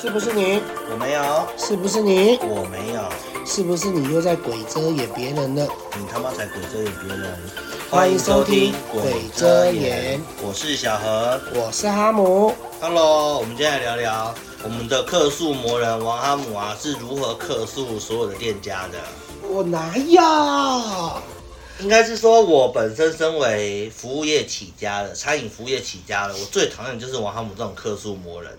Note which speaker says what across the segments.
Speaker 1: 是不是你？
Speaker 2: 我没有，
Speaker 1: 是不是你？
Speaker 2: 我没有，
Speaker 1: 是不是你又在鬼遮掩别人了？
Speaker 2: 你他妈才鬼遮眼别人！
Speaker 1: 欢迎收听鬼遮眼，
Speaker 2: 我是小何。
Speaker 1: 我是哈姆。
Speaker 2: Hello，我们今天来聊聊我们的客诉魔人王哈姆啊是如何客诉所有的店家的。
Speaker 1: 我哪有？
Speaker 2: 应该是说，我本身身为服务业起家的，餐饮服务业起家的，我最讨厌就是王哈姆这种客诉魔人。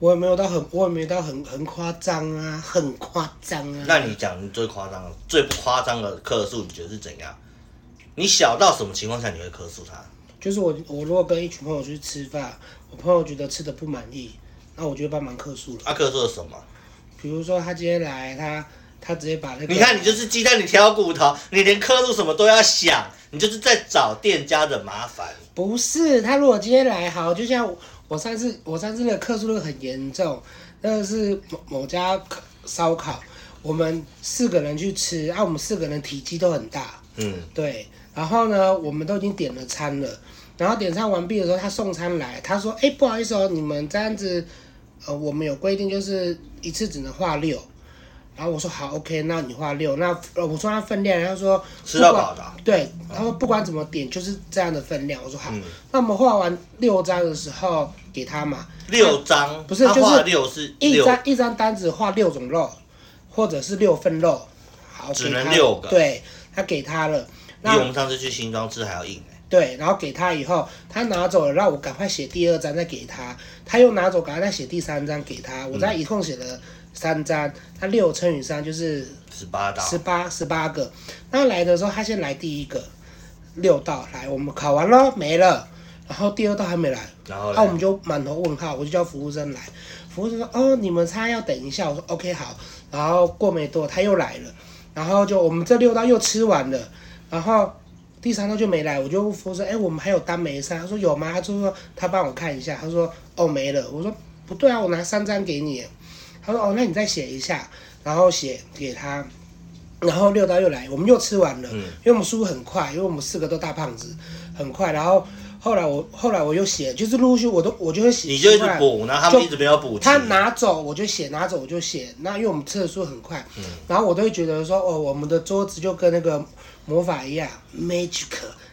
Speaker 1: 我也没有到很，我也没有到很很夸张啊，很夸张啊。
Speaker 2: 那你讲你最夸张的、最不夸张的客诉，你觉得是怎样？你小到什么情况下你会客诉他？
Speaker 1: 就是我，我如果跟一群朋友去吃饭，我朋友觉得吃的不满意，那我就会帮忙客诉了。
Speaker 2: 他、啊客诉了什么？
Speaker 1: 比如说他今天来，他他直接把那个，
Speaker 2: 你看，你就是鸡蛋里挑骨头，你连刻度什么都要想，你就是在找店家的麻烦。
Speaker 1: 不是他如果今天来好，就像我我上次我上次那个客诉那个很严重，那个是某某家烤烧烤，我们四个人去吃，啊，我们四个人体积都很大，
Speaker 2: 嗯，
Speaker 1: 对，然后呢，我们都已经点了餐了，然后点餐完毕的时候，他送餐来，他说：“哎，不好意思哦，你们这样子，呃，我们有规定，就是一次只能画六。”然后我说：“好，OK，那你画六。那”呃，我说他分量，他说：“
Speaker 2: 吃到饱的啊
Speaker 1: 不管对，他说不管怎么点，就是这样的分量。我说好，
Speaker 2: 嗯
Speaker 1: 那我们画完六张的时候给他嘛，
Speaker 2: 六张
Speaker 1: 哎不是
Speaker 2: 他
Speaker 1: 就是
Speaker 2: 画六是
Speaker 1: 一
Speaker 2: 六，
Speaker 1: 张一张单子画六种肉，或者是六份肉，好，
Speaker 2: 只
Speaker 1: 给
Speaker 2: 能
Speaker 1: 他
Speaker 2: 六个
Speaker 1: 对，他给他了，
Speaker 2: 比
Speaker 1: 那
Speaker 2: 我们上次去新庄吃还要硬哎、
Speaker 1: 对，然后给他以后，他拿走了，让我赶快写第二张再给他，他又拿走，赶快再写第三张给他，我再一共写了三张，他六乘以三就是
Speaker 2: 欸十八道。
Speaker 1: 十八十八个。那来的时候，他先来第一个六道，来我们考完咯，没了，然后第二道还没来，
Speaker 2: 然后嘞
Speaker 1: 那、我们就满头问号，我就叫服务生来，服务生说哦，你们猜要等一下，我说 OK 好，然后过没多他又来了，然后就我们这六道又吃完了，然后。第三道就没来，我就问服务生，哎、我们还有单没上？他说有吗？他就说他帮我看一下，他说哦没了，我说不对啊，我拿三张给你，他说哦，那你再写一下，然后写给他，然后六道又来，我们又吃完了，
Speaker 2: 嗯
Speaker 1: 因为我们速度很快，因为我们四个都大胖子，很快。然后后来我后来我又写，就是陆续我都我就会写，
Speaker 2: 你就一直补，然后他们
Speaker 1: 就
Speaker 2: 一直没有补齐。
Speaker 1: 他拿走我就写，拿走我就写。那因为我们吃的速度很快，
Speaker 2: 嗯
Speaker 1: 然后我都会觉得说，哦，我们的桌子就跟那个魔法一样，magic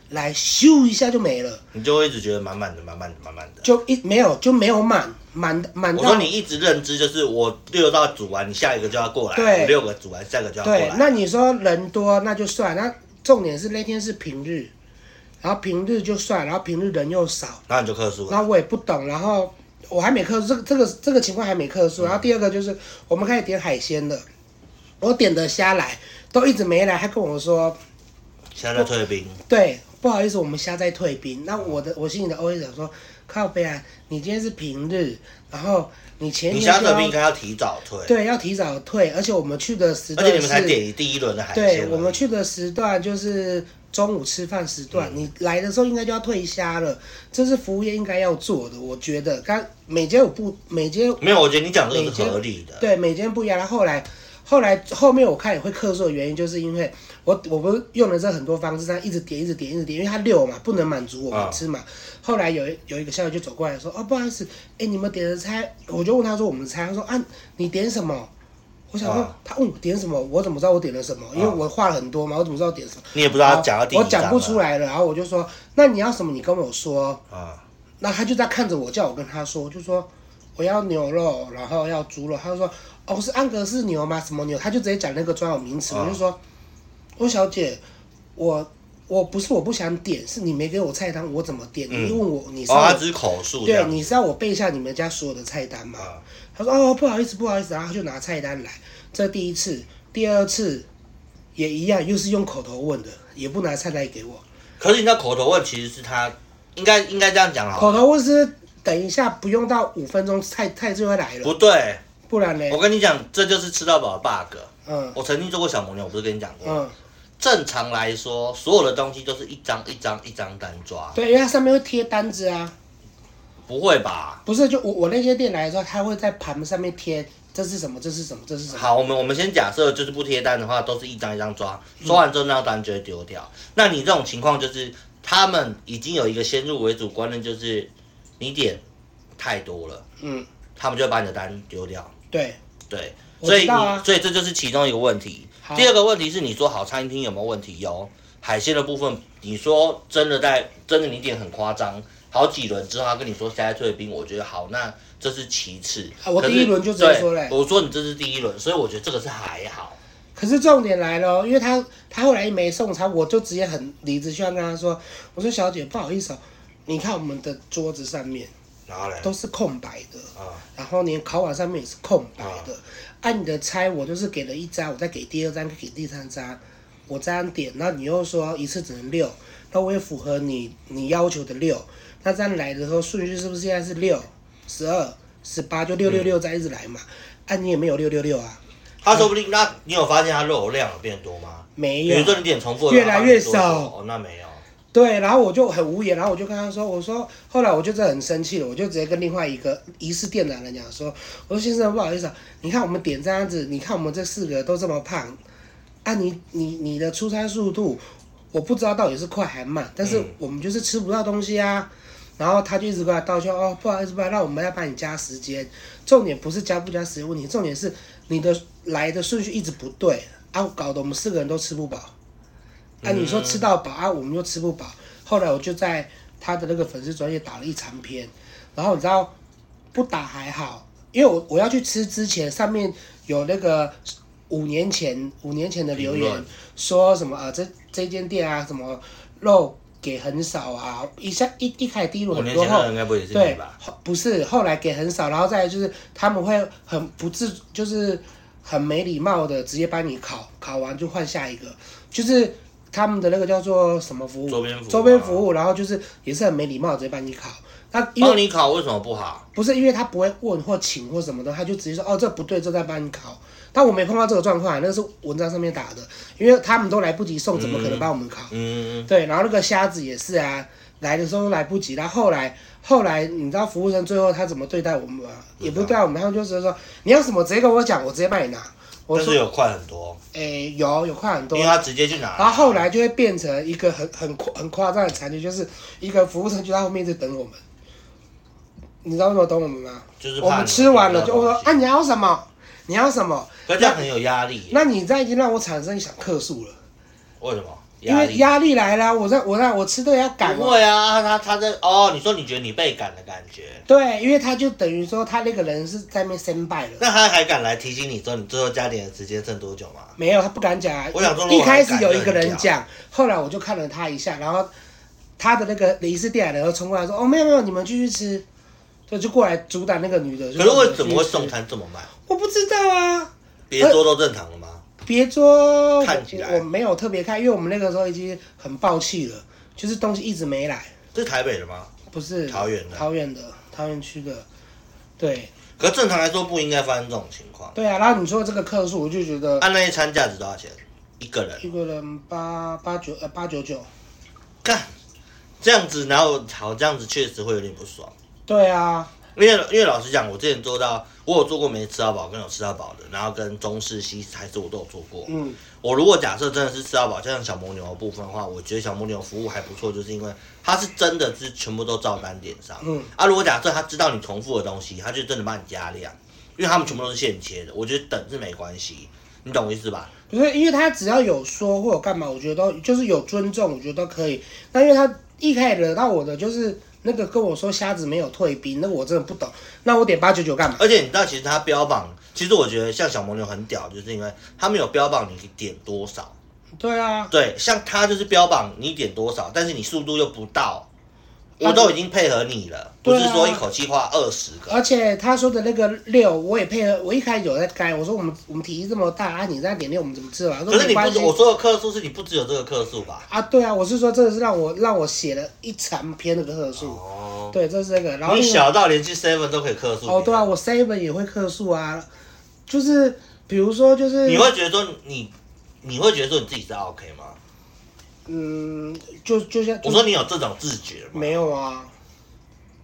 Speaker 1: 来咻一下就没了，
Speaker 2: 你就会一直觉得满满的、满满的、满满的。
Speaker 1: 就一没有就没有满满满
Speaker 2: 我说
Speaker 1: 到
Speaker 2: 你一直认知就是我六道煮完，你下一个就要过来；
Speaker 1: 对
Speaker 2: 我六个煮完，下一个就要过
Speaker 1: 对
Speaker 2: 来。，
Speaker 1: 那你说人多那就算，那重点是那天是平日，然后平日就算，然后平日人又少。
Speaker 2: 然后你就克数了。
Speaker 1: 然后我也不懂，然后我还没克数，这个这个这个情况还没克
Speaker 2: 嗯
Speaker 1: 数。然后第二个就是我们开始点海鲜了，我点的虾来都一直没来，他跟我说，
Speaker 2: 现在在退兵，
Speaker 1: 对，不好意思，我们虾在退冰。那我的我心里的 OS 想说，靠北啊，你今天是平日，然后你前一
Speaker 2: 你
Speaker 1: 天
Speaker 2: 下
Speaker 1: 就
Speaker 2: 退兵应
Speaker 1: 要
Speaker 2: 该要提早退，
Speaker 1: 对要提早退，而且我们去的时
Speaker 2: 而
Speaker 1: 段
Speaker 2: 且
Speaker 1: 是
Speaker 2: 你们才点第一轮的海鲜而
Speaker 1: 对
Speaker 2: 已。
Speaker 1: 我们去的时段就是中午吃饭时
Speaker 2: 嗯
Speaker 1: 段，你来的时候应该就要退虾了，这是服务业应该要做的，我觉得。刚每间有不每间
Speaker 2: 没有，我觉得你讲这
Speaker 1: 每
Speaker 2: 个是
Speaker 1: 间
Speaker 2: 合理的。
Speaker 1: 对每间不一样，然后后来后来后面我看也会克数的原因，就是因为我我不是用了这很多方式，他一直点一直点一直点，因为他六嘛不能满足我
Speaker 2: 啊
Speaker 1: 们吃嘛。后来有一有一个校友就走过来说，哦不好意思，哎你们点的菜，我就问他说我们的菜，他说啊你点什么？我想说
Speaker 2: 啊，
Speaker 1: 他问我点什么，我怎么知道我点了什么？因为我画了很多嘛，我怎么知道我点什么？
Speaker 2: 你也不知道他讲到啊第
Speaker 1: 我
Speaker 2: 几章
Speaker 1: 讲不出
Speaker 2: 了
Speaker 1: 来了，然后我就说，那你要什么？你跟我说。
Speaker 2: 啊，
Speaker 1: 那他就在看着我，叫我跟他说，就说我要牛肉，然后要猪肉。他就说哦，是安格斯牛吗？什么牛？他就直接讲那个专有名词。
Speaker 2: 啊
Speaker 1: 我就说，我小姐，我我不是我不想点，是你没给我菜单，我怎么点？
Speaker 2: 嗯
Speaker 1: 你问我，你是
Speaker 2: 哦，
Speaker 1: 要、
Speaker 2: 他只是口述这
Speaker 1: 对，
Speaker 2: 样
Speaker 1: 你是要我背下你们家所有的菜单吗？
Speaker 2: 啊，
Speaker 1: 他说哦，不好意思，不好意思，然后他就拿菜单来。这第一次，第二次也一样，又是用口头问的，也不拿菜单给我。
Speaker 2: 可是你知道口头问其实是他应该应该这样讲
Speaker 1: 口
Speaker 2: 好了，
Speaker 1: 头问是等一下不用到五分钟，菜菜就会来了。
Speaker 2: 不对，
Speaker 1: 不然呢？
Speaker 2: 我跟你讲，这就是吃到饱的 bug。
Speaker 1: 嗯
Speaker 2: 我曾经做过小母牛，我不是跟你讲过，
Speaker 1: 嗯，
Speaker 2: 正常来说，所有的东西都是一张一张一张单抓，
Speaker 1: 对，因为它上面会贴单子啊，
Speaker 2: 不会吧？
Speaker 1: 不是就我我那些店来的时候，它会在盘上面贴这是什么，这是什么，这是什么。
Speaker 2: 好，我们我们先假设就是不贴单的话，都是一张一张抓，抓完之后那张单就会丢掉。那你这种情况就是他们已经有一个先入为主观念，就是你点太多了，
Speaker 1: 嗯，
Speaker 2: 他们就会把你的单丢掉。
Speaker 1: 对，
Speaker 2: 对，
Speaker 1: 我
Speaker 2: 所以
Speaker 1: 知
Speaker 2: 你、
Speaker 1: 道啊
Speaker 2: 所以这就是其中一个问题。
Speaker 1: 好
Speaker 2: 第二个问题是，你说好餐厅有没有问题？有，海鲜的部分，你说真的在真的你点很夸张，好几轮之后他跟你说现在退兵，我觉得好，那这是其次。
Speaker 1: 啊我
Speaker 2: 可是
Speaker 1: 第一轮就直接
Speaker 2: 对
Speaker 1: 说嘞
Speaker 2: 我说你这是第一轮，所以我觉得这个是还好。
Speaker 1: 可是重点来了哦，因为他他后来没送餐，我就直接很理直气壮跟他说：“我说小姐，不好意思哦，你看我们的桌子上面
Speaker 2: 然后嘞，
Speaker 1: 都是空白的，
Speaker 2: 啊
Speaker 1: 然后你的烤碗上面也是空白的。按、你的猜，我就是给了一张，我再给第二张，再给第三张，我这样点，那你又说一次只能六，那我也符合你你要求的六，那这样来的时候顺序是不是现在是六、十二、十八，就六六六再一直来嘛？按、你也没有六六六啊，
Speaker 2: 他说不定，那你有发现他肉量有变多吗？
Speaker 1: 没
Speaker 2: 比
Speaker 1: 有。
Speaker 2: 如说你点重复的，
Speaker 1: 越来越
Speaker 2: 他帮你做
Speaker 1: 少
Speaker 2: 哦，那没有。
Speaker 1: 对，然后我就很无言，然后我就跟他说，我说后来我就真的很生气了，我就直接跟另外一个疑似店长人讲说，我说先生不好意思、啊，你看我们点这样子，你看我们这四个都这么胖，啊你你你的出餐速度，我不知道到底是快还慢，但是
Speaker 2: 嗯
Speaker 1: 我们就是吃不到东西啊。然后他就一直跟他道歉，哦，不好意思，不好意思，那我们要帮你加时间。重点不是加不加时间问题，重点是你的来的顺序一直不对啊，搞得我们四个人都吃不饱。啊，你说吃到饱啊，我们又吃不饱。后来我就在他的那个粉丝专业打了一长篇，然后你知道不打还好，因为我我要去吃之前，上面有那个五年前五年前的留
Speaker 2: 评
Speaker 1: 言
Speaker 2: 论
Speaker 1: 说什么啊、呃这这间店啊什么肉给很少啊，一下一一开始第一轮
Speaker 2: 五
Speaker 1: 很
Speaker 2: 年
Speaker 1: 多
Speaker 2: 前
Speaker 1: 后
Speaker 2: 那个。应该不也是你
Speaker 1: 对
Speaker 2: 吧？，
Speaker 1: 后不是后来给很少，然后再来就是他们会很不自，就是很没礼貌的直接把你烤，烤完就换下一个，就是他们的那个叫做什么服务？
Speaker 2: 周边服务啊
Speaker 1: 周边服务，然后就是也是很没礼貌，直接把你烤。那因
Speaker 2: 帮
Speaker 1: 为
Speaker 2: 你烤为什么不好？
Speaker 1: 不是因为他不会问或请或什么的，他就直接说哦这不对，这在帮你烤。但我没碰到这个状况，那个是文章上面打的，因为他们都来不及送，怎么可能帮我们烤？
Speaker 2: 嗯，
Speaker 1: 对，然后那个虾子也是啊，来的时候都来不及，然后后来后来你知道服务生最后他怎么对待我们吗？也不是对待我们，他们就是说你要什么直接跟我讲，我直接帮你拿。我
Speaker 2: 但
Speaker 1: 说
Speaker 2: 是有快很多，
Speaker 1: 诶、有有快很多
Speaker 2: 因为，他直接去拿。
Speaker 1: 然后后来就会变成一个很很夸很夸张的场景，就是一个服务生就在后面一直等我们。你知道为什么等我们吗？
Speaker 2: 就是怕
Speaker 1: 我们
Speaker 2: 你
Speaker 1: 吃完了
Speaker 2: 不
Speaker 1: 就
Speaker 2: 知道
Speaker 1: 我说
Speaker 2: 东西
Speaker 1: 啊你要什么？你要什么？
Speaker 2: 可这样很有压力耶，
Speaker 1: 那你这样已经让我产生想客诉了，
Speaker 2: 为什么？
Speaker 1: 因
Speaker 2: 压
Speaker 1: 为
Speaker 2: 力。
Speaker 1: 压力来了啊，我在我在我吃的要赶
Speaker 2: 不
Speaker 1: 啊
Speaker 2: 会啊，他他在哦，你说你觉得你被赶的感觉，
Speaker 1: 对，因为他就等于说他那个人是在那边 stand by 了，
Speaker 2: 那他还敢来提醒你说你最后加点的时间剩多久吗？
Speaker 1: 没有他不敢讲啊。
Speaker 2: 我想说如果
Speaker 1: 一开始
Speaker 2: 他敢
Speaker 1: 有一个
Speaker 2: 就
Speaker 1: 人
Speaker 2: 很
Speaker 1: 讲，后来我就看了他一下，然后他的那个雷士店然后冲过来说：“哦，没有没有，你们继续吃。”就就过来阻挡那个女的。
Speaker 2: 可是为
Speaker 1: 我
Speaker 2: 什么会送？餐这么慢？
Speaker 1: 我不知道啊，
Speaker 2: 别桌都正常了吗？
Speaker 1: 别桌
Speaker 2: 看起来
Speaker 1: 我我没有特别看，因为我们那个时候已经很爆气了，就是东西一直没来，
Speaker 2: 这是台北的吗？
Speaker 1: 不是
Speaker 2: 桃园的
Speaker 1: 桃园的桃园区的，对
Speaker 2: 可正常来说不应该发生这种情况。
Speaker 1: 对啊。然后你说这个客数，我就觉得
Speaker 2: 按、那一餐价值多少钱？一个人
Speaker 1: 一个人八八九呃八九九，
Speaker 2: 干，这样子，然后好这样子确实会有点不爽。
Speaker 1: 对啊，
Speaker 2: 因为因为老实讲，我之前做到，我有做过没吃到饱跟有吃到饱的，然后跟中式西餐是我都有做过。
Speaker 1: 嗯，
Speaker 2: 我如果假设真的是吃到饱，像小蒙牛的部分的话，我觉得小蒙牛服务还不错，就是因为它是真的是全部都照单点上。
Speaker 1: 嗯，
Speaker 2: 啊，如果假设他知道你重复的东西，他就真的帮你加量，因为他们全部都是现切的，我觉得等是没关系，你懂我意思吧？
Speaker 1: 不是，因为他只要有说或有干嘛，我觉得都就是有尊重，我觉得都可以。那因为他一开始惹到我的就是那个跟我说虾子没有退兵，那个我真的不懂。那我点八九九干嘛？
Speaker 2: 而且你知道，其实他标榜，其实我觉得像小蒙牛很屌，就是因为他没有标榜你点多少，
Speaker 1: 对啊，
Speaker 2: 对，像他就是标榜你点多少，但是你速度又不到，
Speaker 1: 他
Speaker 2: 我都已经配合你了，不是
Speaker 1: 啊对啊
Speaker 2: 说一口气画二十个，
Speaker 1: 而且他说的那个六，我也配合。我一开始有在改，我说我们我们体积这么大啊，你这样点六，我们怎么吃完？他说
Speaker 2: 可是
Speaker 1: 没
Speaker 2: 你不
Speaker 1: 关
Speaker 2: 止，
Speaker 1: 系
Speaker 2: 我说的克数是你不只有这个克数吧？
Speaker 1: 啊，对啊，我是说这个是让我让我写了一长篇的克数。
Speaker 2: 哦，
Speaker 1: 对，这是这个。然后
Speaker 2: 你
Speaker 1: 另外
Speaker 2: 小到连去 seven 都可以克数。
Speaker 1: 哦，对啊，，我 seven 也会克数啊，就是比如说就是
Speaker 2: 你会觉得说你，你会觉得说你自己是 OK 吗？
Speaker 1: 嗯，就就像
Speaker 2: 我说你有这种自觉吗？
Speaker 1: 没有啊，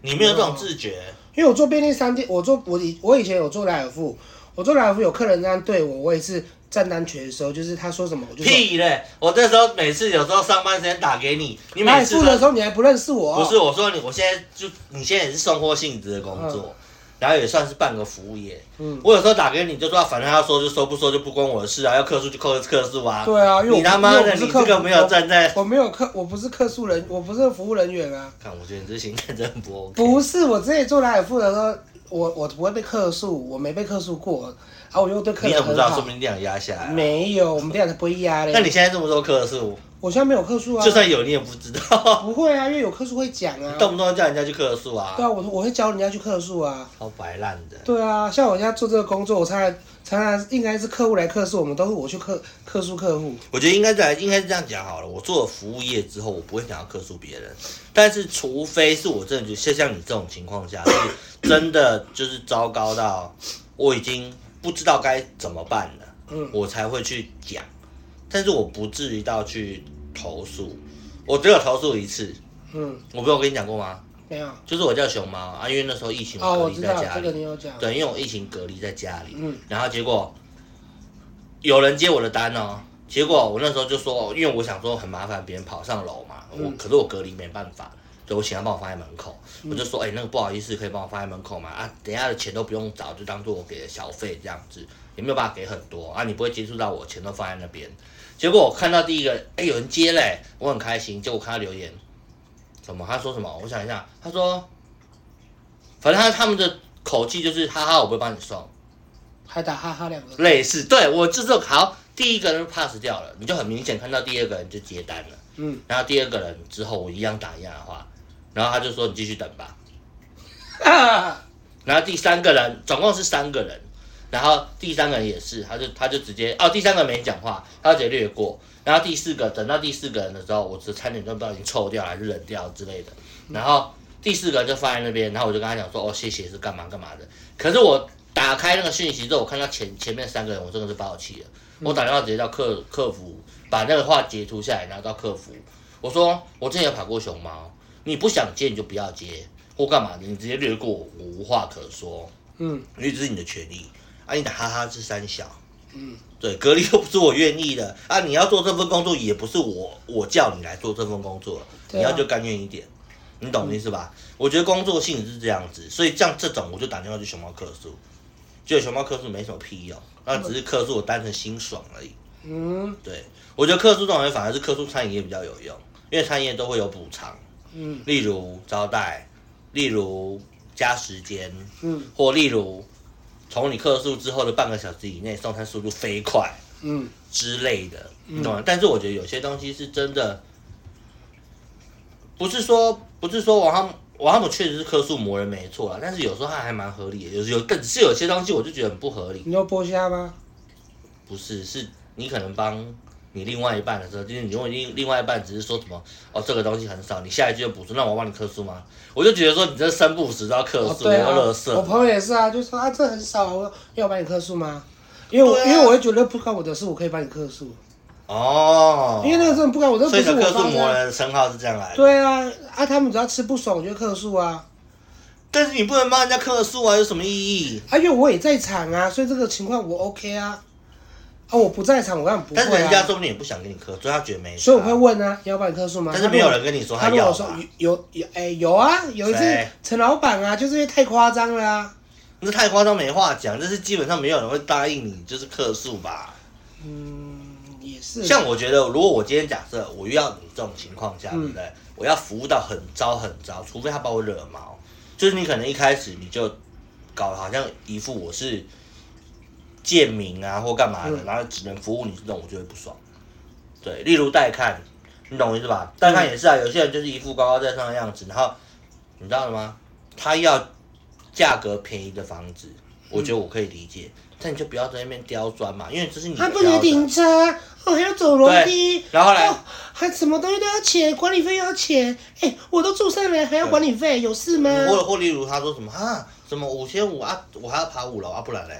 Speaker 2: 你没有这种自觉，
Speaker 1: 因为我做便利商店，我做我以我以前有做莱尔富，我做莱尔富有客人这样对我，我也是占单全收，就是他说什么我就说。
Speaker 2: 屁嘞！我那时候每次有时候上班时间打给你，你
Speaker 1: 莱
Speaker 2: 每
Speaker 1: 尔
Speaker 2: 次
Speaker 1: 富
Speaker 2: 都
Speaker 1: 的时候你还不认识我，
Speaker 2: 不是我说你，我现在就你现在也是送货性质的工作，然后也算是半个服务业。
Speaker 1: 嗯，
Speaker 2: 我有时候打给你就说，反正他要收就收，不收就不关我的事啊，要客诉就扣客诉啊。
Speaker 1: 对啊，因为我
Speaker 2: 你他妈
Speaker 1: 因为
Speaker 2: 的，
Speaker 1: 我不
Speaker 2: 你
Speaker 1: 是客
Speaker 2: 这
Speaker 1: 服哦
Speaker 2: 个没有站在，
Speaker 1: 我没有客，我不是客诉人，我不是服务人员啊。
Speaker 2: 看，我觉得你这行政真的不 OK。
Speaker 1: 不是，我之前做莱尔富的时候，我我不会被客诉，我没被客诉过，啊，我又对客
Speaker 2: 你
Speaker 1: 人
Speaker 2: 怎么
Speaker 1: 很
Speaker 2: 知道？
Speaker 1: 好
Speaker 2: 说。明你俩压下来啊、
Speaker 1: 没有，我们店长不会压嘞。
Speaker 2: 那你现在这么多客诉，
Speaker 1: 我现在没有客诉啊
Speaker 2: 就，算有你也不知道，
Speaker 1: 不会啊，因为有客诉会讲啊。
Speaker 2: 动不动叫人家去客诉啊
Speaker 1: 对，啊，我我会教人家去客诉啊。
Speaker 2: 超白烂的。
Speaker 1: 对啊，像我现在做这个工作，我常常常常应该是客户来客诉我们，都是我去客客诉客户。
Speaker 2: 我觉得应该在应该是这样讲好了。我做了服务业之后，我不会想要客诉别人，但是除非是我真的觉得像像你这种情况下，是真的就是糟糕到我已经不知道该怎么办了，
Speaker 1: 嗯，
Speaker 2: 我才会去讲。但是我不至于到去投诉，我只有投诉一次。
Speaker 1: 嗯，
Speaker 2: 我不是有跟你讲过吗？
Speaker 1: 没有。
Speaker 2: 就是我叫熊猫啊，因为那时候疫情
Speaker 1: 哦，
Speaker 2: 隔
Speaker 1: 我
Speaker 2: 离
Speaker 1: 知
Speaker 2: 在
Speaker 1: 道
Speaker 2: 家
Speaker 1: 这
Speaker 2: 里，
Speaker 1: 个你有讲。
Speaker 2: 对，因为我疫情隔离在家里，
Speaker 1: 嗯
Speaker 2: 然后结果有人接我的单哦，结果我那时候就说，哦因为我想说很麻烦别人跑上楼嘛，我、可是我隔离没办法，所以我请他帮我放在门口，我就说，哎、那个不好意思，可以帮我放在门口嘛？啊，等一下的钱都不用找，就当做我给的小费这样子，也没有办法给很多啊，你不会接触到我，钱都放在那边。结果我看到第一个，哎、有人接嘞、我很开心。结果我看他留言，什么？他说什么？我想一下，他说，反正他他们的口气就是，哈哈，我不会帮你送。
Speaker 1: 还打哈哈两个。
Speaker 2: 类似，对我就是好，第一个人 pass 掉了，你就很明显看到第二个人就接单了，
Speaker 1: 嗯，
Speaker 2: 然后第二个人之后我一样打一样的话，然后他就说你继续等吧，
Speaker 1: 啊，
Speaker 2: 然后第三个人总共是三个人，然后第三个人也是，他就他就直接哦，第三个没讲话，他就直接略过，然后第四个等到啊第四个人的时候，我只差点就不知道已经臭掉了还是冷掉之类的，然后第四个人就放在那边，然后我就跟他讲说哦谢谢是干嘛干嘛的，可是我打开那个讯息之后，我看到前前面三个人，我真的是爆气了，我打电话直接到客客服把那个话截图下来，然后到客服，我说我之前有跑过熊猫，你不想接你就不要接。或干嘛的，你直接略过我，我无话可说，
Speaker 1: 嗯
Speaker 2: 因为这是你的权利。啊，你打哈哈是三小，
Speaker 1: 嗯，
Speaker 2: 对，隔离又不是我愿意的啊，你要做这份工作也不是我我叫你来做这份工作，
Speaker 1: 对
Speaker 2: 你
Speaker 1: 啊
Speaker 2: 要就甘愿一点，你懂我意思吧？我觉得工作性质是这样子，所以像这种我就打电话去熊猫客诉，就熊猫客诉没什么屁用，那只是客诉我单纯心爽而已。
Speaker 1: 嗯
Speaker 2: 对，我觉得客诉这种人反而是客诉餐饮业比较有用，因为餐饮业都会有补偿。
Speaker 1: 嗯
Speaker 2: 例如招待，例如加时间，
Speaker 1: 嗯
Speaker 2: 或例如从你客诉之后的半个小时以内送餐速度飞快
Speaker 1: 嗯，
Speaker 2: 之类的，你懂吗？但是我觉得有些东西是真的，不是说不是说王哈姆王哈姆确实是客诉磨人没错啦，但是有时候他还蛮合理的，有有但只是有些东西我就觉得很不合理，
Speaker 1: 你有剥虾吗？
Speaker 2: 不是是你可能帮。你另外一半的时候，就是你如果另另外一半只是说什么哦，这个东西很少，你下一句就补充，那我帮你客诉吗？我就觉得说你这三不五时都要客
Speaker 1: 哦，
Speaker 2: 诉，
Speaker 1: 对
Speaker 2: 然
Speaker 1: 啊
Speaker 2: 后乐色。，
Speaker 1: 我朋友也是啊，就说啊，这很少啊，我说要帮你客诉吗？因为我、
Speaker 2: 对啊
Speaker 1: 因为我会觉得不关我的事，我可以帮你客诉，
Speaker 2: 哦，
Speaker 1: 因为那个真的不关我，这不
Speaker 2: 所以
Speaker 1: 是
Speaker 2: 的
Speaker 1: 我
Speaker 2: 克数
Speaker 1: 发
Speaker 2: 魔
Speaker 1: 的啊。
Speaker 2: 人的称号是这样来的。
Speaker 1: 对啊，啊，他们只要吃不爽，我就客诉啊，
Speaker 2: 但是你不能帮人家克数啊，有什么意义？
Speaker 1: 啊，因为我也在场啊，所以这个情况我 OK 啊，啊，我不在场，我当然不
Speaker 2: 但是
Speaker 1: 会
Speaker 2: 人家
Speaker 1: 啊，
Speaker 2: 说不定也不想跟你克，所以他觉得没差。
Speaker 1: 所以我会问啊，要帮你客诉吗？
Speaker 2: 但是没有人跟你说
Speaker 1: 他跟
Speaker 2: 要
Speaker 1: 我说
Speaker 2: 吧？
Speaker 1: 有有哎、有啊，有一次
Speaker 2: 谁
Speaker 1: 陈老板啊，就是因为太夸张了啊。
Speaker 2: 那太夸张没话讲，但是基本上没有人会答应你就是克数吧。
Speaker 1: 嗯，也是。
Speaker 2: 像我觉得，如果我今天假设我遇到你这种情况下，
Speaker 1: 嗯
Speaker 2: 对不对？我要服务到很糟很糟，除非他把我惹毛，就是你可能一开始你就搞得好像一副我是贱民啊或干嘛的，
Speaker 1: 嗯
Speaker 2: 然后只能服务你这种，我就会不爽。对，例如带看，你懂我意思吧？带看也是啊，有些人就是一副高高在上的样子，然后你知道吗？他要价格便宜的房子，我觉得我可以理解，但你就不要在那边刁钻嘛，因为这是你
Speaker 1: 还
Speaker 2: 的
Speaker 1: 不能
Speaker 2: 标准
Speaker 1: 停车，哦还要走楼梯，
Speaker 2: 然后来
Speaker 1: 哦还什么东西都要钱，管理费又要钱，哎、我都住上来还要管理费，有事吗？
Speaker 2: 或或例如他说什么啊，什么五千五啊，我还要爬五楼啊，不然嘞，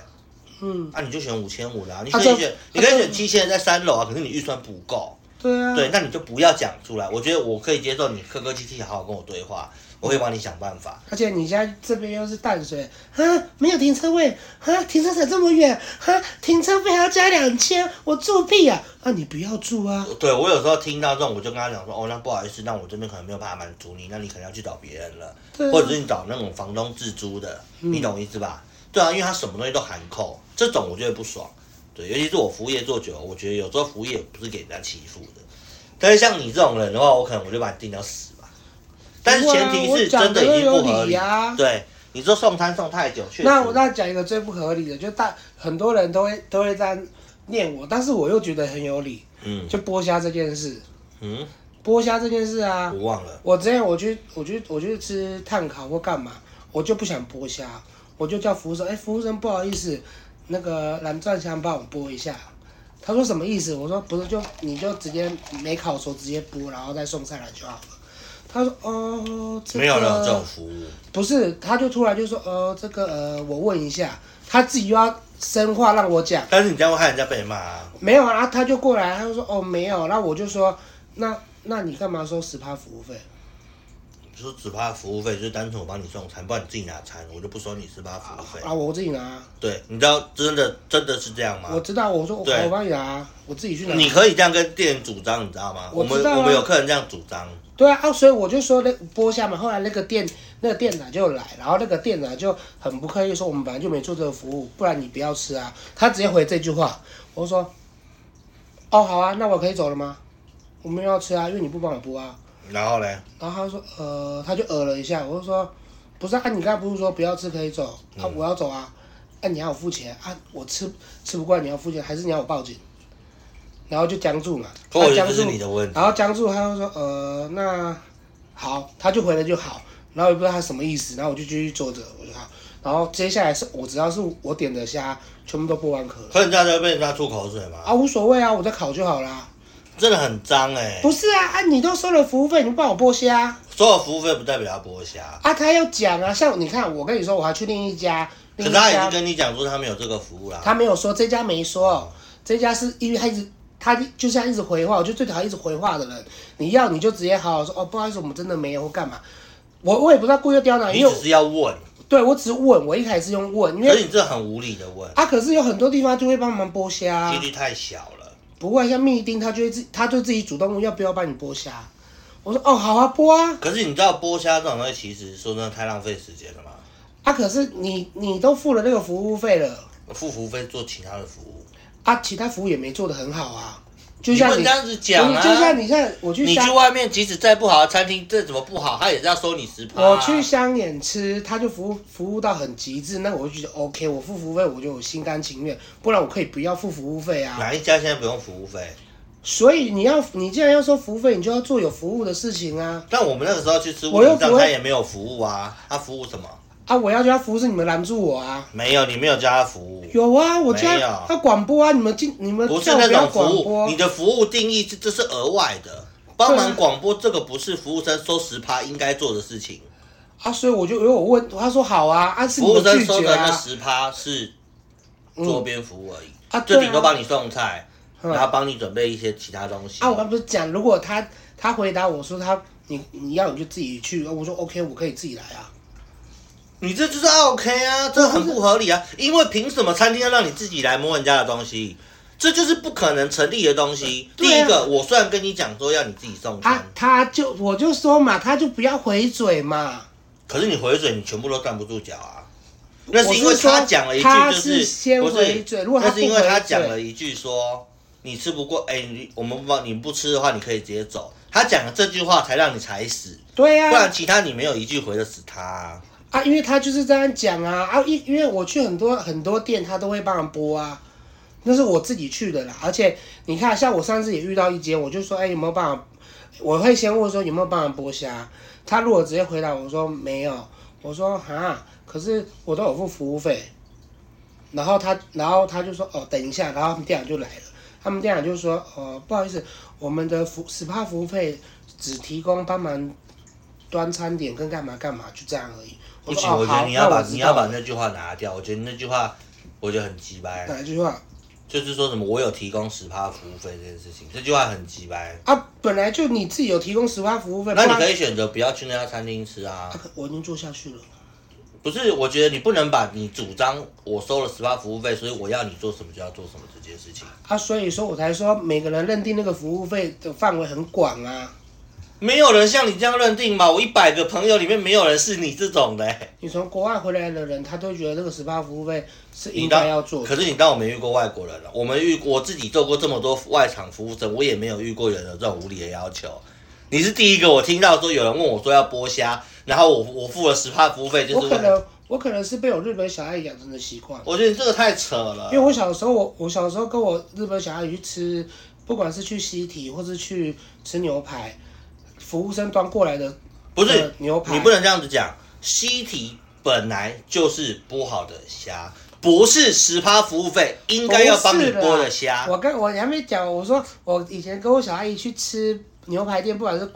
Speaker 1: 嗯，
Speaker 2: 啊你就选五千五的啊，你
Speaker 1: 啊
Speaker 2: 可以
Speaker 1: 这
Speaker 2: 选，
Speaker 1: 啊
Speaker 2: 你可以
Speaker 1: 这
Speaker 2: 选七千在三楼啊，可是你预算不够，
Speaker 1: 对啊，
Speaker 2: 对，那你就不要讲出来。我觉得我可以接受你客客气气好好跟我对话，我会帮你想办法。
Speaker 1: 而且你家这边又是淡水，啊，没有停车位，啊，停车场这么远，啊，停车费还要加两千，我住屁啊！啊，你不要住啊！
Speaker 2: 对我有时候听到这种，我就跟他讲说，哦，那不好意思，那我这边可能没有办法满足你，那你可能要去找别人了，
Speaker 1: 对啊嗯
Speaker 2: 或者是你找那种房东自租的，你懂意思吧？对啊，因为他什么东西都含扣，这种我就会不爽。对，尤其是我服务业做久了，我觉得有时候服务业不是给人家欺负的，但是像你这种人的话，我可能我就把你定到死吧。但是前提
Speaker 1: 不会啊
Speaker 2: 是
Speaker 1: 我讲
Speaker 2: 真的
Speaker 1: 得
Speaker 2: 已经不
Speaker 1: 有
Speaker 2: 合
Speaker 1: 理啊
Speaker 2: 对，你说送餐送太久，确实
Speaker 1: 那我那讲一个最不合理的，就大很多人都会都会这样念我，但是我又觉得很有理，
Speaker 2: 嗯
Speaker 1: 就剥虾这件事，
Speaker 2: 嗯，
Speaker 1: 剥虾这件事啊
Speaker 2: 我，忘了，
Speaker 1: 我之前我去我去我去吃炭烤或干嘛，我就不想剥虾，我就叫服务生，哎、服务生不好意思，那个蓝钻香帮我剥一下。他说什么意思？我说不是就你就直接没烤熟直接剥，然后再送上来就好了。他说哦，这个、
Speaker 2: 没有人有这种服务。
Speaker 1: 不是，他就突然就说，呃，这个呃，我问一下，他自己又要深化让我讲，
Speaker 2: 但是你这样会害人家被骂啊。
Speaker 1: 没有啊，他就过来，他就说，哦，没有，那我就说，那那你干嘛收十趴服务费？
Speaker 2: 你说只怕服务费，就是单纯我帮你送餐，不然你自己拿餐，我就不收你只怕服务费。
Speaker 1: 啊，我自己拿，
Speaker 2: 对，你知道真的真的是这样
Speaker 1: 我
Speaker 2: 吗？
Speaker 1: 知道，我说我哦
Speaker 2: 对
Speaker 1: 我帮你拿，我自己去拿。
Speaker 2: 你可以这样跟店员主张，你知道吗？
Speaker 1: 我
Speaker 2: 们
Speaker 1: 知道啊
Speaker 2: 我们有客人这样主张，
Speaker 1: 对啊，啊，所以我就说那剥虾嘛，后来那个店那个店长就来，然后那个店长就很不客气地说，我们本来就没做这个服务，不然你不要吃啊。他直接回这句话，我就说，哦，好啊，那我可以走了吗？我没有要吃啊，因为你不帮我剥啊。
Speaker 2: 然后嘞，
Speaker 1: 然后他说，呃，他就呃了一下，我就说，不是啊，你刚才不是说不要吃可以走啊，
Speaker 2: 嗯
Speaker 1: 我要走啊，啊，你要我付钱啊，我吃吃不惯你要付钱，还是你要我报警？然后就僵住嘛，
Speaker 2: 可我
Speaker 1: 他
Speaker 2: 觉得
Speaker 1: 僵
Speaker 2: 这
Speaker 1: 住
Speaker 2: 是，你的问题。
Speaker 1: 然后僵住，他就说，呃，那好，他就回了就好，然后也不知道他什么意思，然后我就继续坐着，我就好，然后接下来是我只要是我点的虾，全部都剥完壳了
Speaker 2: 客人这样就会被人家吐口水吗？
Speaker 1: 啊，无所谓啊，我再烤就好啦。
Speaker 2: 真的很脏哎、
Speaker 1: 不是啊，啊，你都收了服务费，你不帮我剥虾。
Speaker 2: 所有服务费不代表他剥虾，
Speaker 1: 啊，他要讲啊，像你看，我跟你说，我还去另一家，
Speaker 2: 可
Speaker 1: 另一
Speaker 2: 是他已经
Speaker 1: 家，
Speaker 2: 跟你讲说他没有这个服务啦。
Speaker 1: 他没有说这家没说，这家是因为他一直他就像一直回话，我就最讨厌一直回话的人。你要你就直接好好说哦，不好意思，我们真的没有或干嘛。我我也不知道故意要刁难，
Speaker 2: 你
Speaker 1: 因为
Speaker 2: 只是要问，
Speaker 1: 对我只问，我一开始用问，因
Speaker 2: 可是
Speaker 1: 为
Speaker 2: 你这很无理的问，
Speaker 1: 啊，可是有很多地方就会帮忙剥虾啊、
Speaker 2: 几率太小了。
Speaker 1: 不会像密丁，他就会自他就自己主动问要不要帮你剥虾。我说哦，好啊，剥啊。
Speaker 2: 可是你知道剥虾这种东西，其实说真的太浪费时间了嘛。
Speaker 1: 啊，可是你你都付了那个服务费了。
Speaker 2: 付服务费做其他的服务，
Speaker 1: 啊，其他服务也没做得很好啊。就像
Speaker 2: 你不能这样子讲啊
Speaker 1: 不是就像你像我去
Speaker 2: 你
Speaker 1: 香
Speaker 2: 去，外面即使再不好的餐厅，这怎么不好，他也是要收你十趴、
Speaker 1: 我去香眼吃，他就服务服务到很极致，那我就觉得 OK，我付服务费我就心甘情愿，不然我可以不要付服务费啊。
Speaker 2: 哪一家现在不用服务费？
Speaker 1: 所以你要你既然要收服务费，你就要做有服务的事情啊。
Speaker 2: 但我们那个时候去吃乌
Speaker 1: 我又
Speaker 2: 龙
Speaker 1: 不会
Speaker 2: 上，他也没有服务啊，他服务什么？
Speaker 1: 啊，我要叫他服务是你们拦住我啊。
Speaker 2: 没有，你没有叫他服务，
Speaker 1: 有啊，我叫
Speaker 2: 没有
Speaker 1: 他他广播啊，你们进你们
Speaker 2: 不是
Speaker 1: 叫我
Speaker 2: 那
Speaker 1: 不要
Speaker 2: 种服
Speaker 1: 广
Speaker 2: 务，
Speaker 1: 播
Speaker 2: 你，的服务定义是这是额外的，帮
Speaker 1: 对
Speaker 2: 忙
Speaker 1: 啊
Speaker 2: 广播这个不是服务生收十趴应该做的事情，
Speaker 1: 啊，所以我就因为我问他说好啊，啊是
Speaker 2: 服
Speaker 1: 你
Speaker 2: 务
Speaker 1: 们
Speaker 2: 生
Speaker 1: 拒
Speaker 2: 收
Speaker 1: 绝
Speaker 2: 的那
Speaker 1: 啊，嗯
Speaker 2: 十趴是桌边服务而已，
Speaker 1: 啊
Speaker 2: 就
Speaker 1: 对
Speaker 2: 顶多
Speaker 1: 啊。
Speaker 2: 帮你送菜，
Speaker 1: 嗯
Speaker 2: 然后帮你准备一些其他东西。
Speaker 1: 啊，我刚不是讲，如果他他回答我说他你你要你就自己去，我说 OK，我可以自己来啊。
Speaker 2: 你这就是 OK 啊，这很不合理啊！因为凭什么餐厅要让你自己来摸人家的东西？这就是不可能成立的东西。第
Speaker 1: 对
Speaker 2: 一
Speaker 1: 啊
Speaker 2: 个，我虽然跟你讲说要你自己送餐，
Speaker 1: 啊，他就我就说嘛，他就不要回嘴嘛。
Speaker 2: 可是你回嘴，你全部都站不住脚啊。那
Speaker 1: 我
Speaker 2: 是
Speaker 1: 是
Speaker 2: 因为他
Speaker 1: 说
Speaker 2: 讲了一句，
Speaker 1: 他
Speaker 2: 就是
Speaker 1: 先
Speaker 2: 不是
Speaker 1: 回嘴如果他
Speaker 2: 那是因为
Speaker 1: 不回
Speaker 2: 他讲
Speaker 1: 嘴
Speaker 2: 了一句说你吃不过，哎、你我们不帮你不吃的话，你可以直接走。他讲了这句话才让你踩死，
Speaker 1: 对
Speaker 2: 不
Speaker 1: 呀、
Speaker 2: 然其他你没有一句回得死他、啊。
Speaker 1: 啊，因为他就是这样讲啊啊，因因为我去很多很多店，他都会帮忙播啊，那是我自己去的啦。而且你看，像我上次也遇到一间，我就说，哎、有没有办法？我会先问说有没有帮忙剥虾，他如果直接回答我说没有，我说哈，可是我都有付服务费。然后他，然后他就说哦，等一下，然后他们店长就来了，他们店长就说呃，不好意思，我们的服 SPA 服务费只提供帮忙端餐点跟干嘛干嘛，就这样而已。
Speaker 2: 不
Speaker 1: 说
Speaker 2: 行，
Speaker 1: 哦
Speaker 2: 我觉
Speaker 1: 好
Speaker 2: 得你要
Speaker 1: 那
Speaker 2: 把
Speaker 1: 我知
Speaker 2: 你要
Speaker 1: 道
Speaker 2: 把
Speaker 1: 了
Speaker 2: 那句话拿掉。我觉得你那句话，我觉得很鸡掰。
Speaker 1: 哪一句话？
Speaker 2: 就是说什么我有提供十趴服务费这件事情，这句话很鸡掰。
Speaker 1: 啊，本来就你自己有提供十趴服务费，
Speaker 2: 那
Speaker 1: 不
Speaker 2: 你
Speaker 1: 然
Speaker 2: 可以选择不要去那家餐厅吃啊。
Speaker 1: 啊我已经做下去了。
Speaker 2: 不是，我觉得你不能把你主张我收了十八服务费，所以我要你做什么就要做什么这件事情。
Speaker 1: 啊，所以说我才说每个人认定那个服务费的范围很广啊。
Speaker 2: 没有人像你这样认定嘛？我一百个朋友里面没有人是你这种的、欸。
Speaker 1: 你从国外回来的人，他都觉得这个十趴服务费是
Speaker 2: 你
Speaker 1: 应
Speaker 2: 当
Speaker 1: 该要做的。
Speaker 2: 可是你当我没遇过外国人了，我们遇我自己做过这么多外场服务生，我也没有遇过有人有这种无理的要求。你是第一个我听到说有人问我说要剥虾，然后我我付了十趴服务费，就
Speaker 1: 我
Speaker 2: 是
Speaker 1: 可能我可能是被我日本小阿姨养成的习惯，
Speaker 2: 我觉得这个太扯了
Speaker 1: 因为。我小时候我我小时候跟我日本小阿姨去吃，不管是去西体或是去吃牛排，服务生端过来的
Speaker 2: 不是
Speaker 1: 呃牛排，
Speaker 2: 你不能这样子讲，西提本来就是剥好的虾，不是十趴服务费应该要帮你剥的虾。
Speaker 1: 我跟我还没讲，我说我以前跟我小阿姨去吃牛排店，不管是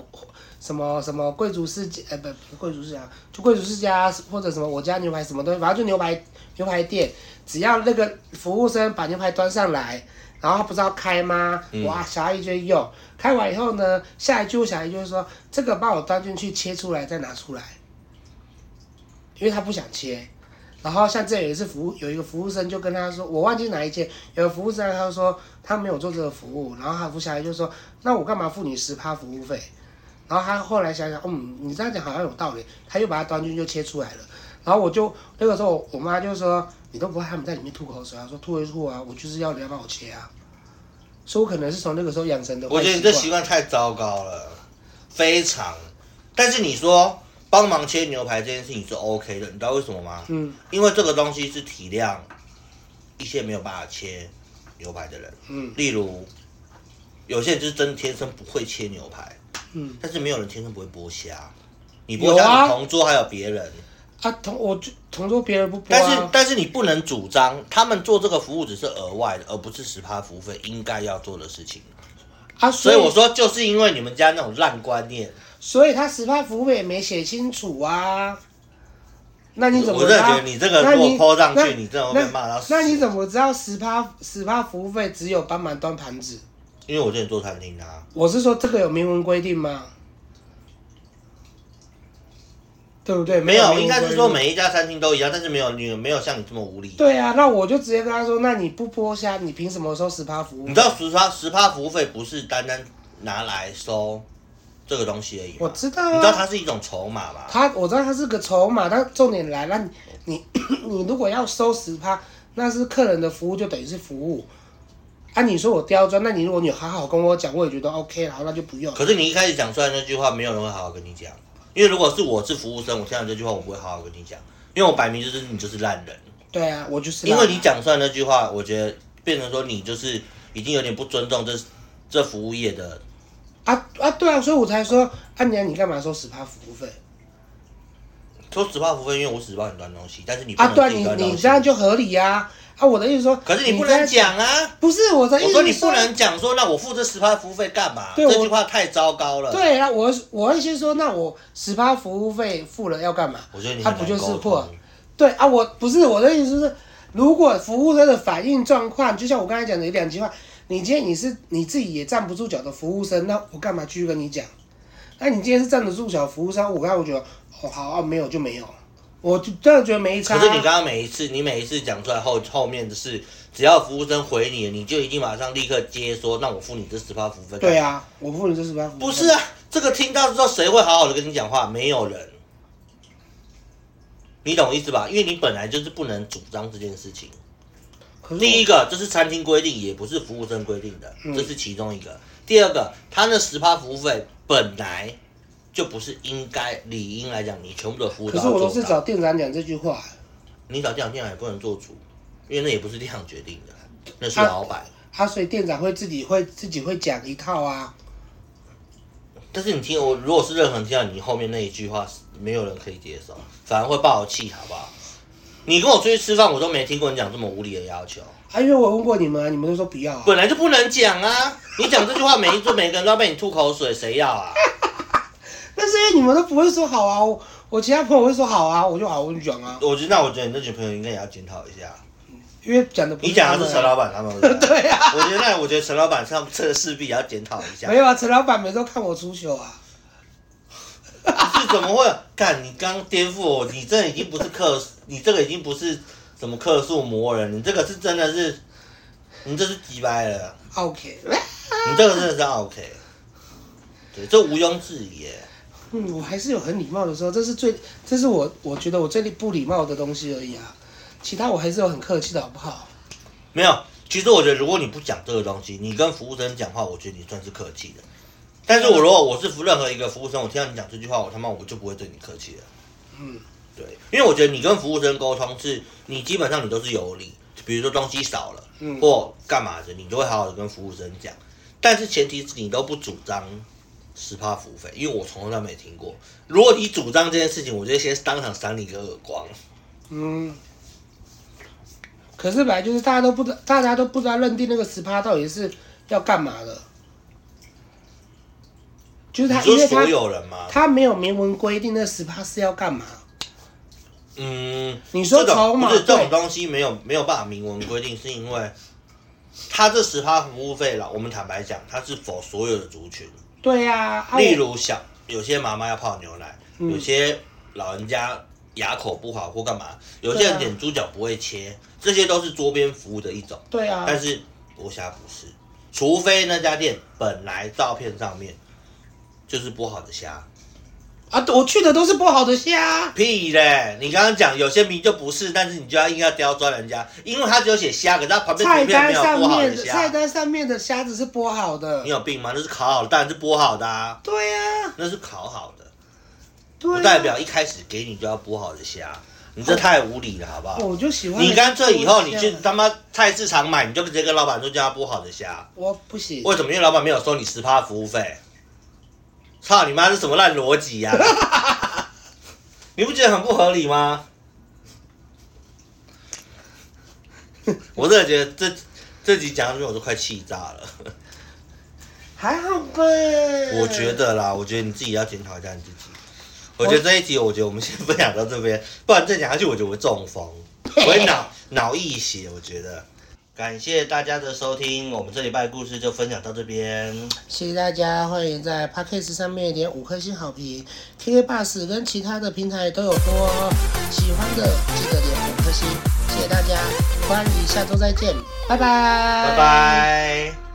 Speaker 1: 什么什么贵族世家，呃，不不贵族世家，就贵族世家或者什么我家牛排什么东西，反正就牛排牛排店，只要那个服务生把牛排端上来。然后他不知道开吗？
Speaker 2: 嗯
Speaker 1: 哇，小阿姨就用。开完以后呢，下一句我小阿姨就会说：“这个帮我端进去，切出来再拿出来。”因为他不想切。然后像这也是服务，有一个服务生就跟他说，我忘记哪一件，有个服务生他就说他没有做这个服务，然后他服务小孩就说，那我干嘛付你十趴服务费？然后他后来想想，嗯，你这样讲好像有道理，他又把它端进去就切出来了。然后我就那个时候我我妈就说，你都不怕他们在里面吐口水啊？说吐一吐啊，我就是要人家帮我切啊。所以我可能是从那个时候养成的坏
Speaker 2: 我觉得你这习惯太糟糕了，非常。但是你说帮忙切牛排这件事情是 OK 的，你知道为什么吗？
Speaker 1: 嗯
Speaker 2: 因为这个东西是体谅一些没有办法切牛排的人，
Speaker 1: 嗯
Speaker 2: 例如有些人就是真的天生不会切牛排，
Speaker 1: 嗯
Speaker 2: 但是没有人天生不会剥虾。你
Speaker 1: 有
Speaker 2: 剥虾，
Speaker 1: 啊
Speaker 2: 你同桌还有别人。
Speaker 1: 啊，同我就同桌别人不播
Speaker 2: 但是
Speaker 1: 啊，
Speaker 2: 但是你不能主张他们做这个服务只是额外的，而不是十趴服务费应该要做的事情。
Speaker 1: 啊，
Speaker 2: 所
Speaker 1: 所
Speaker 2: 以我说，就是因为你们家那种烂观念，
Speaker 1: 所以他十趴服务费也没写清楚啊。那你怎么
Speaker 2: 我
Speaker 1: 知
Speaker 2: 真的
Speaker 1: 道？
Speaker 2: 觉得你这个
Speaker 1: 那
Speaker 2: 如果
Speaker 1: 你
Speaker 2: po 上去
Speaker 1: 那
Speaker 2: 你真的会被骂到死
Speaker 1: 那那你怎么知道十趴十趴服务费只有帮忙端盘子？
Speaker 2: 因为我之前做餐厅的啊，
Speaker 1: 我是说这个有明文规定吗？对不对？
Speaker 2: 没有，应
Speaker 1: 明文
Speaker 2: 该
Speaker 1: 规定
Speaker 2: 是说。每一家餐厅都一样，但是没有你没有像你这么无理。
Speaker 1: 对啊，那我就直接跟他说，那你不剥虾，你凭什么收十趴服务
Speaker 2: 你
Speaker 1: 费
Speaker 2: 知？道十趴十趴服务费不是单单拿来收这个东西而已
Speaker 1: 我
Speaker 2: 吗，
Speaker 1: 知道啊，
Speaker 2: 你知道它是一种筹码吧？
Speaker 1: 他我知道他是个筹码，但重点来了，你 你你如果要收拾他，那是客人的服务，就等于是服务。啊，你说我刁钻，那你如果你好好跟我讲，我也觉得 OK，然后那就不用。
Speaker 2: 可是你一开始讲出来那句话，没有人会好好跟你讲，因为如果是我是服务生，我听到这句话，我不会好好跟你讲，因为我摆明就是你就是烂人，
Speaker 1: 对啊，我就是
Speaker 2: 因为你讲出来那句话，我觉得变成说你就是已经有点不尊重这这服务业的，
Speaker 1: 啊啊，对啊，所以我才说，啊你啊你干嘛收十趴服务费
Speaker 2: 说实话，服务业，因为我只帮你端东西，但是你不
Speaker 1: 啊？对啊，
Speaker 2: 能自己
Speaker 1: 你
Speaker 2: 端
Speaker 1: 你
Speaker 2: 东西，
Speaker 1: 这样就合理呀、啊。啊，我的意思说，
Speaker 2: 可是你不
Speaker 1: 这
Speaker 2: 能
Speaker 1: 样，
Speaker 2: 讲啊。
Speaker 1: 不是我的意
Speaker 2: 我
Speaker 1: 思，
Speaker 2: 说你不能讲说，那我付这十趴服务费干嘛？
Speaker 1: 对我
Speaker 2: 这句话太糟糕了。，
Speaker 1: 对啊，我我会先说，那我十趴服务费付了要干嘛？
Speaker 2: 我觉得你
Speaker 1: 他
Speaker 2: 很
Speaker 1: 不
Speaker 2: 难
Speaker 1: 就是
Speaker 2: 沟
Speaker 1: 破
Speaker 2: 通？
Speaker 1: 对啊，我不是我的意思是，如果服务生的反应状况，就像我刚才讲的有两句话，你今天你是你自己也站不住脚的服务生，那我干嘛继续跟你讲？那你今天是站得住脚的服务生，我刚才我觉得哦好啊，没有就没有，我就真的觉得没差。啊
Speaker 2: 可是你刚刚每一次，你每一次讲出来后，后面的是只要服务生回你，你就一定马上立刻接说，那我付你这十趴服务费。
Speaker 1: 对，啊，我付你这十八，
Speaker 2: 不是啊，这个听到之后谁会好好的跟你讲话？没有人，你懂我意思吧？因为你本来就是不能主张这件事情。
Speaker 1: 可是我
Speaker 2: 第一个，这是餐厅规定，也不是服务生规定的，
Speaker 1: 嗯
Speaker 2: 这是其中一个。第二个，他那十趴服务费本来就不是应该理应来讲，你全部的服务
Speaker 1: 可
Speaker 2: 都
Speaker 1: 是
Speaker 2: 要
Speaker 1: 我
Speaker 2: 做
Speaker 1: 都是
Speaker 2: 到
Speaker 1: 找店长讲这句话，
Speaker 2: 你找店长，店长也不能做主，因为那也不是店长决定的，那是老板。
Speaker 1: 啊，所以店长会自己会自己会讲一套啊。
Speaker 2: 但是你听我，如果是任何人听到你后面那一句话，没有人可以接受，反而会爆气，好不好？你跟我出去吃饭，我都没听过你讲这么无理的要求，
Speaker 1: 啊，因为我问过你们啊，你们都说不要啊。
Speaker 2: 本来就不能讲啊！你讲这句话，每一桌每个人都要被你吐口水，谁要啊？
Speaker 1: 但是因哎为你们都不会说好啊，我我其他朋友会说好啊，我就好，我就讲啊。
Speaker 2: 我觉得，那我觉得你那群朋友应该也要检讨一下，
Speaker 1: 因为讲的不
Speaker 2: 你
Speaker 1: 是嗯
Speaker 2: 讲
Speaker 1: 他
Speaker 2: 的
Speaker 1: 们
Speaker 2: 是陈
Speaker 1: 啊。
Speaker 2: 老板他们，对不对
Speaker 1: 对啊，
Speaker 2: 我觉得那我觉得陈老板上这个势必也要检讨一下
Speaker 1: 没，有啊，陈老板每周看我出球啊，
Speaker 2: 不是怎么会？干，你刚颠覆我，你这已经不是克，你这个已经不是什么克数魔人，你这个是真的是，你这是鸡掰了，
Speaker 1: ，OK，
Speaker 2: 你这个真的是 OK，对，这毋庸置疑耶。
Speaker 1: 嗯，我还是有很礼貌的时候，这是最，这是我我觉得我最不礼貌的东西而已啊，其他我还是有很客气的好不好？
Speaker 2: 没有，其实我觉得如果你不讲这个东西，你跟服务生讲话，我觉得你算是客气的。但是我
Speaker 1: 嗯
Speaker 2: 如果我是服任何一个服务生，我听到你讲这句话，我他妈我就不会对你客气了。
Speaker 1: 嗯，
Speaker 2: 对，因为我觉得你跟服务生沟通是，你基本上你都是有理，比如说东西少了，
Speaker 1: 嗯
Speaker 2: 或干嘛的，你都会好好的跟服务生讲。但是前提是你都不主张十趴服务费，因为我从来没听过。如果你主张这件事情，我就先当场扇你一个耳光。
Speaker 1: 嗯，可是本来就是大家都不知，大家都不知道认定那个十趴到底是要干嘛的，就是
Speaker 2: 你
Speaker 1: 他，因
Speaker 2: 说
Speaker 1: 为
Speaker 2: 所
Speaker 1: 他
Speaker 2: 有啊人吗？
Speaker 1: 他没有明文规定那十趴是要干嘛，
Speaker 2: 嗯，
Speaker 1: 你说
Speaker 2: 这
Speaker 1: 筹
Speaker 2: 种
Speaker 1: 码
Speaker 2: 不是这
Speaker 1: 对
Speaker 2: 种东西没有没有办法明文规定，是因为他这十趴服务费了，我们坦白讲，它是否所有的族群，
Speaker 1: 对呀、啊，我
Speaker 2: 例如小有些妈妈要泡牛奶，
Speaker 1: 嗯
Speaker 2: 有些老人家牙口不好或干嘛，有
Speaker 1: 对
Speaker 2: 些
Speaker 1: 啊
Speaker 2: 人点猪脚不会切，这些都是桌边服务的一种。
Speaker 1: 对啊，
Speaker 2: 但是我想不是，除非那家店本来照片上面就是剥好的虾，
Speaker 1: 啊，我去的都是不好的啊虾，
Speaker 2: 屁嘞！你刚刚讲有些名就不是，但是你就要硬要刁钻人家，因为他只有写虾，可是他旁边
Speaker 1: 菜
Speaker 2: 图片
Speaker 1: 单
Speaker 2: 没有
Speaker 1: 上
Speaker 2: 剥好
Speaker 1: 面
Speaker 2: 的
Speaker 1: 的菜
Speaker 2: 虾。
Speaker 1: 单上面的虾子是剥好的
Speaker 2: 你，有病吗？那是烤好的，当然是剥好的啊，
Speaker 1: 对啊，
Speaker 2: 那是烤好的，
Speaker 1: 对啊，
Speaker 2: 不代表一开始给你就要剥好的虾，你这太无理了，好不好？
Speaker 1: 哦我就喜欢
Speaker 2: 你干脆以后你去
Speaker 1: 剥虾
Speaker 2: 他妈菜市场买，你就直接跟老板说叫他剥好的虾，
Speaker 1: 我不行，
Speaker 2: 为什么？因为老板没有收你十趴服务费。操你妈！这什么烂逻辑呀、你不觉得很不合理吗？我真的觉得这这集讲下去我都快气炸了。
Speaker 1: 还好吧，
Speaker 2: 我
Speaker 1: 我
Speaker 2: 觉得啦，我觉得你自己要检讨一下你自己。我觉得这一集，我觉得我们先分享到这边，不然再讲下去，我觉得我会中风，我会脑脑溢血。我觉得，感谢大家的收听，我们这礼拜的故事就分享到这边。
Speaker 1: 谢谢大家，欢迎在 p a c k a g e 上面点五颗星好评，KK Bus 跟其他的平台都有播哦。喜欢的记得点五颗星，谢谢大家，欢迎下周再见，拜拜，
Speaker 2: 拜。拜。